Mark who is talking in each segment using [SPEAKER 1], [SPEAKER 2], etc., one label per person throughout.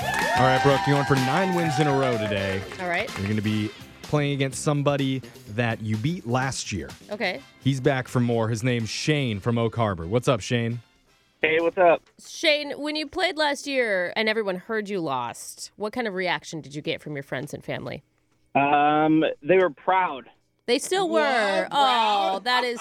[SPEAKER 1] All right, Brooke, you're on for nine wins in a row today.
[SPEAKER 2] All right.
[SPEAKER 1] You're going to be playing against somebody that you beat last year.
[SPEAKER 2] Okay.
[SPEAKER 1] He's back for more. His name's Shane from Oak Harbor. What's up, Shane?
[SPEAKER 3] Hey, what's up?
[SPEAKER 2] Shane, when you played last year and everyone heard you lost, what kind of reaction did you get from your friends and family?
[SPEAKER 3] Um, they were proud.
[SPEAKER 2] They still were. oh, that is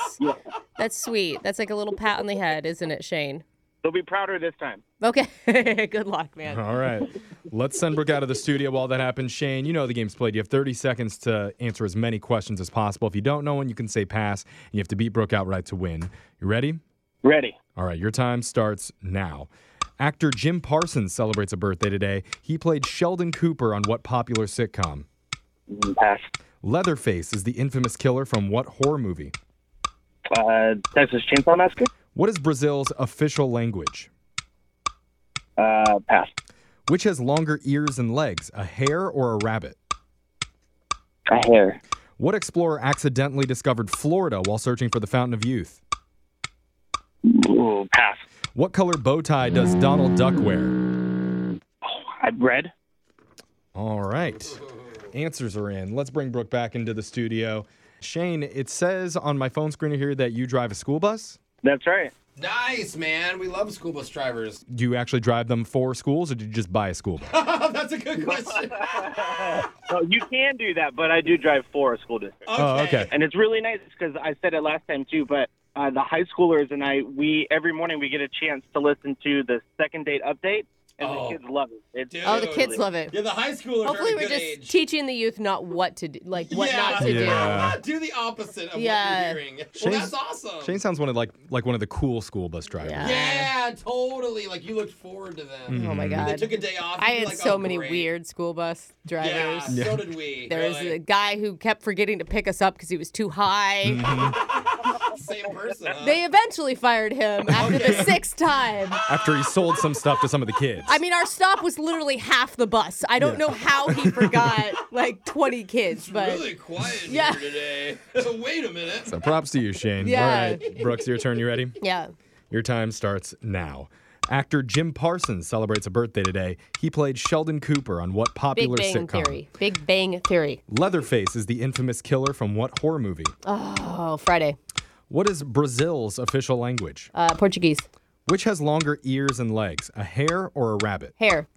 [SPEAKER 2] that's sweet. That's like a little pat on the head, isn't it, Shane?
[SPEAKER 3] They'll be prouder this time.
[SPEAKER 2] Okay. Good luck,
[SPEAKER 4] Uh-huh.
[SPEAKER 2] man.
[SPEAKER 1] All right. Let's send Brooke out of the studio while that happens. Shane, you know the game's played. You have 30 seconds to answer as many questions as possible. If you don't know one, you can say pass, and you have to beat Brooke outright to win. You ready?
[SPEAKER 3] Ready.
[SPEAKER 1] All right, your time starts now. Actor Jim Parsons celebrates a birthday today. He played Sheldon Cooper on what popular sitcom?
[SPEAKER 3] Pass.
[SPEAKER 1] Leatherface is the infamous killer from what horror movie?
[SPEAKER 3] Uh, Texas Chainsaw Massacre?
[SPEAKER 1] What is Brazil's official language?
[SPEAKER 3] Uh, pass.
[SPEAKER 1] Which has longer ears and legs, a hare or a rabbit?
[SPEAKER 3] A hair.
[SPEAKER 1] What explorer accidentally discovered Florida while searching for the Fountain of Youth?
[SPEAKER 3] Ooh, pass.
[SPEAKER 1] What color bow tie does Donald Duck wear?
[SPEAKER 3] I red.
[SPEAKER 1] All right. Answers are in. Let's bring Brooke back into the studio. Shane, it says on my phone screener here that you drive a school bus.
[SPEAKER 3] That's right.
[SPEAKER 4] Nice, man. We love school bus drivers.
[SPEAKER 1] Do you actually drive them for schools or do you just buy a school bus?
[SPEAKER 4] That's a good question.
[SPEAKER 3] So you can do that, but I do drive for a school district,
[SPEAKER 1] Oh, okay.
[SPEAKER 3] and it's really nice because I said it last time too. But uh, the high schoolers and I, we every morning we get a chance to listen to the second date update, and
[SPEAKER 4] Oh.
[SPEAKER 3] the kids love it. It's,
[SPEAKER 4] Dude.
[SPEAKER 2] Oh, the kids love it.
[SPEAKER 4] Yeah, the high schoolers
[SPEAKER 2] Hopefully
[SPEAKER 4] are a
[SPEAKER 2] we're
[SPEAKER 4] good
[SPEAKER 2] just
[SPEAKER 4] age.
[SPEAKER 2] teaching the youth not what to do, like what
[SPEAKER 4] yeah.
[SPEAKER 2] not to
[SPEAKER 1] Yeah.
[SPEAKER 2] do.
[SPEAKER 4] Not do the opposite of
[SPEAKER 2] Yeah.
[SPEAKER 4] what you're hearing.
[SPEAKER 1] Shane's-
[SPEAKER 4] well, that's awesome.
[SPEAKER 1] Shane sounds one of like like one of the cool school bus drivers.
[SPEAKER 2] Yeah.
[SPEAKER 4] yeah, totally. Like you looked forward to them.
[SPEAKER 1] Mm-hmm.
[SPEAKER 2] Oh my
[SPEAKER 4] They
[SPEAKER 2] god.
[SPEAKER 4] took a day off.
[SPEAKER 2] I
[SPEAKER 4] you'd be
[SPEAKER 2] had
[SPEAKER 4] like,
[SPEAKER 2] so
[SPEAKER 4] oh,
[SPEAKER 2] many
[SPEAKER 4] great.
[SPEAKER 2] weird school bus drivers.
[SPEAKER 4] Yeah, so did we.
[SPEAKER 2] There was
[SPEAKER 4] Really.
[SPEAKER 2] a guy who kept forgetting to pick us up because he was too high.
[SPEAKER 4] "Oh, same person. huh?
[SPEAKER 2] They eventually fired him after the sixth time.
[SPEAKER 1] After he sold some stuff to some of the kids.
[SPEAKER 2] I mean, our stop was literally half the bus. I don't know how he forgot like 20 kids, but
[SPEAKER 4] really quiet in
[SPEAKER 2] Yeah.
[SPEAKER 4] here today. Wait a minute.
[SPEAKER 1] so props to you, Shane.
[SPEAKER 2] Yeah.
[SPEAKER 1] All right. Brooks, your turn. You ready?
[SPEAKER 2] yeah.
[SPEAKER 1] Your time starts now. Actor Jim Parsons celebrates a birthday today. He played Sheldon Cooper on what
[SPEAKER 2] Big
[SPEAKER 1] popular
[SPEAKER 2] Bang
[SPEAKER 1] sitcom?
[SPEAKER 2] Theory. Big Bang Theory.
[SPEAKER 1] Leatherface is the infamous killer from what horror movie?
[SPEAKER 2] Oh, Friday.
[SPEAKER 1] What is Brazil's official language?
[SPEAKER 2] Uh, Portuguese.
[SPEAKER 1] Which has longer ears and legs, a hare or a rabbit?
[SPEAKER 2] Hair.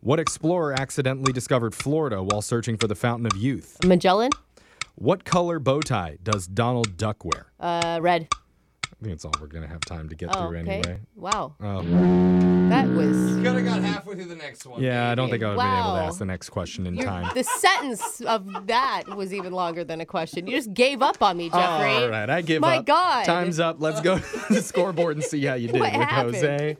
[SPEAKER 1] What explorer accidentally discovered Florida while searching for the Fountain of Youth?
[SPEAKER 2] Magellan.
[SPEAKER 1] What color bow tie does Donald Duck wear? I
[SPEAKER 2] Uh, red.
[SPEAKER 1] think that's all we're going to have time to get
[SPEAKER 2] Oh,
[SPEAKER 1] through
[SPEAKER 2] okay.
[SPEAKER 1] anyway.
[SPEAKER 2] Wow.
[SPEAKER 1] Oh,
[SPEAKER 2] That was.
[SPEAKER 4] Could have got halfway through the next one.
[SPEAKER 1] yeah, I don't think I would have been able to
[SPEAKER 2] Wow.
[SPEAKER 1] ask the next question in
[SPEAKER 2] your-
[SPEAKER 1] time.
[SPEAKER 2] The sentence of that was even longer than a question. You just gave up on me, Jeffrey.
[SPEAKER 1] All Oh, right, I give
[SPEAKER 2] My
[SPEAKER 1] up.
[SPEAKER 2] God.
[SPEAKER 1] Time's up. Let's go to the scoreboard and see how you did
[SPEAKER 2] What
[SPEAKER 1] with
[SPEAKER 2] happened?
[SPEAKER 1] Jose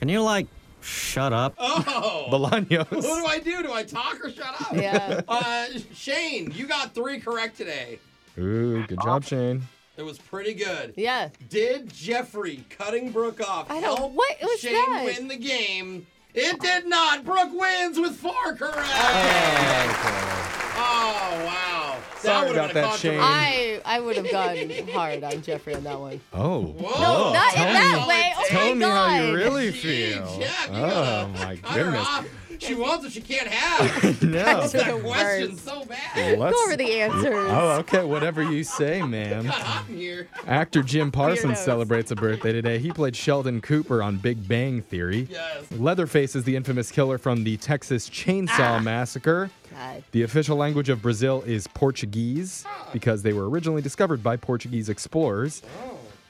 [SPEAKER 5] Can you like shut up?
[SPEAKER 4] Oh. What do
[SPEAKER 1] Bolaños.
[SPEAKER 4] I do? Do I talk or shut up?
[SPEAKER 2] Yeah.
[SPEAKER 4] Uh, Shane, you got three correct today.
[SPEAKER 1] Ooh, good job, Shane.
[SPEAKER 4] It was pretty good.
[SPEAKER 2] Yeah.
[SPEAKER 4] Did Jeffrey cutting Brooke off
[SPEAKER 2] I don't-
[SPEAKER 4] help
[SPEAKER 2] what was
[SPEAKER 4] Shane
[SPEAKER 2] that?
[SPEAKER 4] win the game? It did not. Brooke wins with four correct. Oh wow.
[SPEAKER 1] Sorry
[SPEAKER 4] that would
[SPEAKER 1] about
[SPEAKER 4] have been a
[SPEAKER 1] that, Shane.
[SPEAKER 4] controversy.
[SPEAKER 2] I I would have gone hard on Jeffrey on that one.
[SPEAKER 1] Oh.
[SPEAKER 4] Whoa.
[SPEAKER 2] No, not
[SPEAKER 1] tell
[SPEAKER 2] in that
[SPEAKER 1] me-
[SPEAKER 2] way. Oh
[SPEAKER 1] Tell
[SPEAKER 2] my
[SPEAKER 1] me
[SPEAKER 2] God.
[SPEAKER 1] how you really
[SPEAKER 4] Jeez,
[SPEAKER 1] feel.
[SPEAKER 4] Jeff, you
[SPEAKER 1] oh
[SPEAKER 4] gotta
[SPEAKER 1] my
[SPEAKER 4] cut her
[SPEAKER 1] goodness.
[SPEAKER 4] off. She wants what she can't have.
[SPEAKER 1] No.
[SPEAKER 2] You're
[SPEAKER 4] that
[SPEAKER 2] the
[SPEAKER 4] question's
[SPEAKER 2] worst.
[SPEAKER 4] so bad.
[SPEAKER 1] Let's-
[SPEAKER 2] Go over the answers.
[SPEAKER 1] Oh, okay. Whatever you say, ma'am.
[SPEAKER 4] Got hot in here.
[SPEAKER 1] Actor Jim Parsons
[SPEAKER 2] Weirdos.
[SPEAKER 1] celebrates a birthday today. He played Sheldon Cooper on Big Bang Theory.
[SPEAKER 4] Yes.
[SPEAKER 1] Leatherface is the infamous killer from the Texas Chainsaw Massacre.
[SPEAKER 2] God.
[SPEAKER 1] The official language of Brazil is Portuguese because they were originally discovered by Portuguese explorers.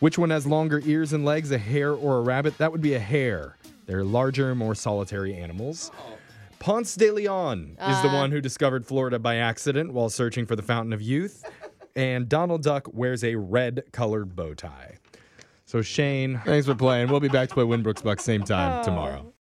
[SPEAKER 1] Which one has longer ears and legs, a hare or a rabbit? That would be a hare. They're larger, more solitary animals. Ponce de Leon is the one who discovered Florida by accident while searching for the Fountain of Youth. and Donald Duck wears a red colored bow tie. So, Shane, thanks for playing. We'll be back to play Winbrook's Bucks same time tomorrow.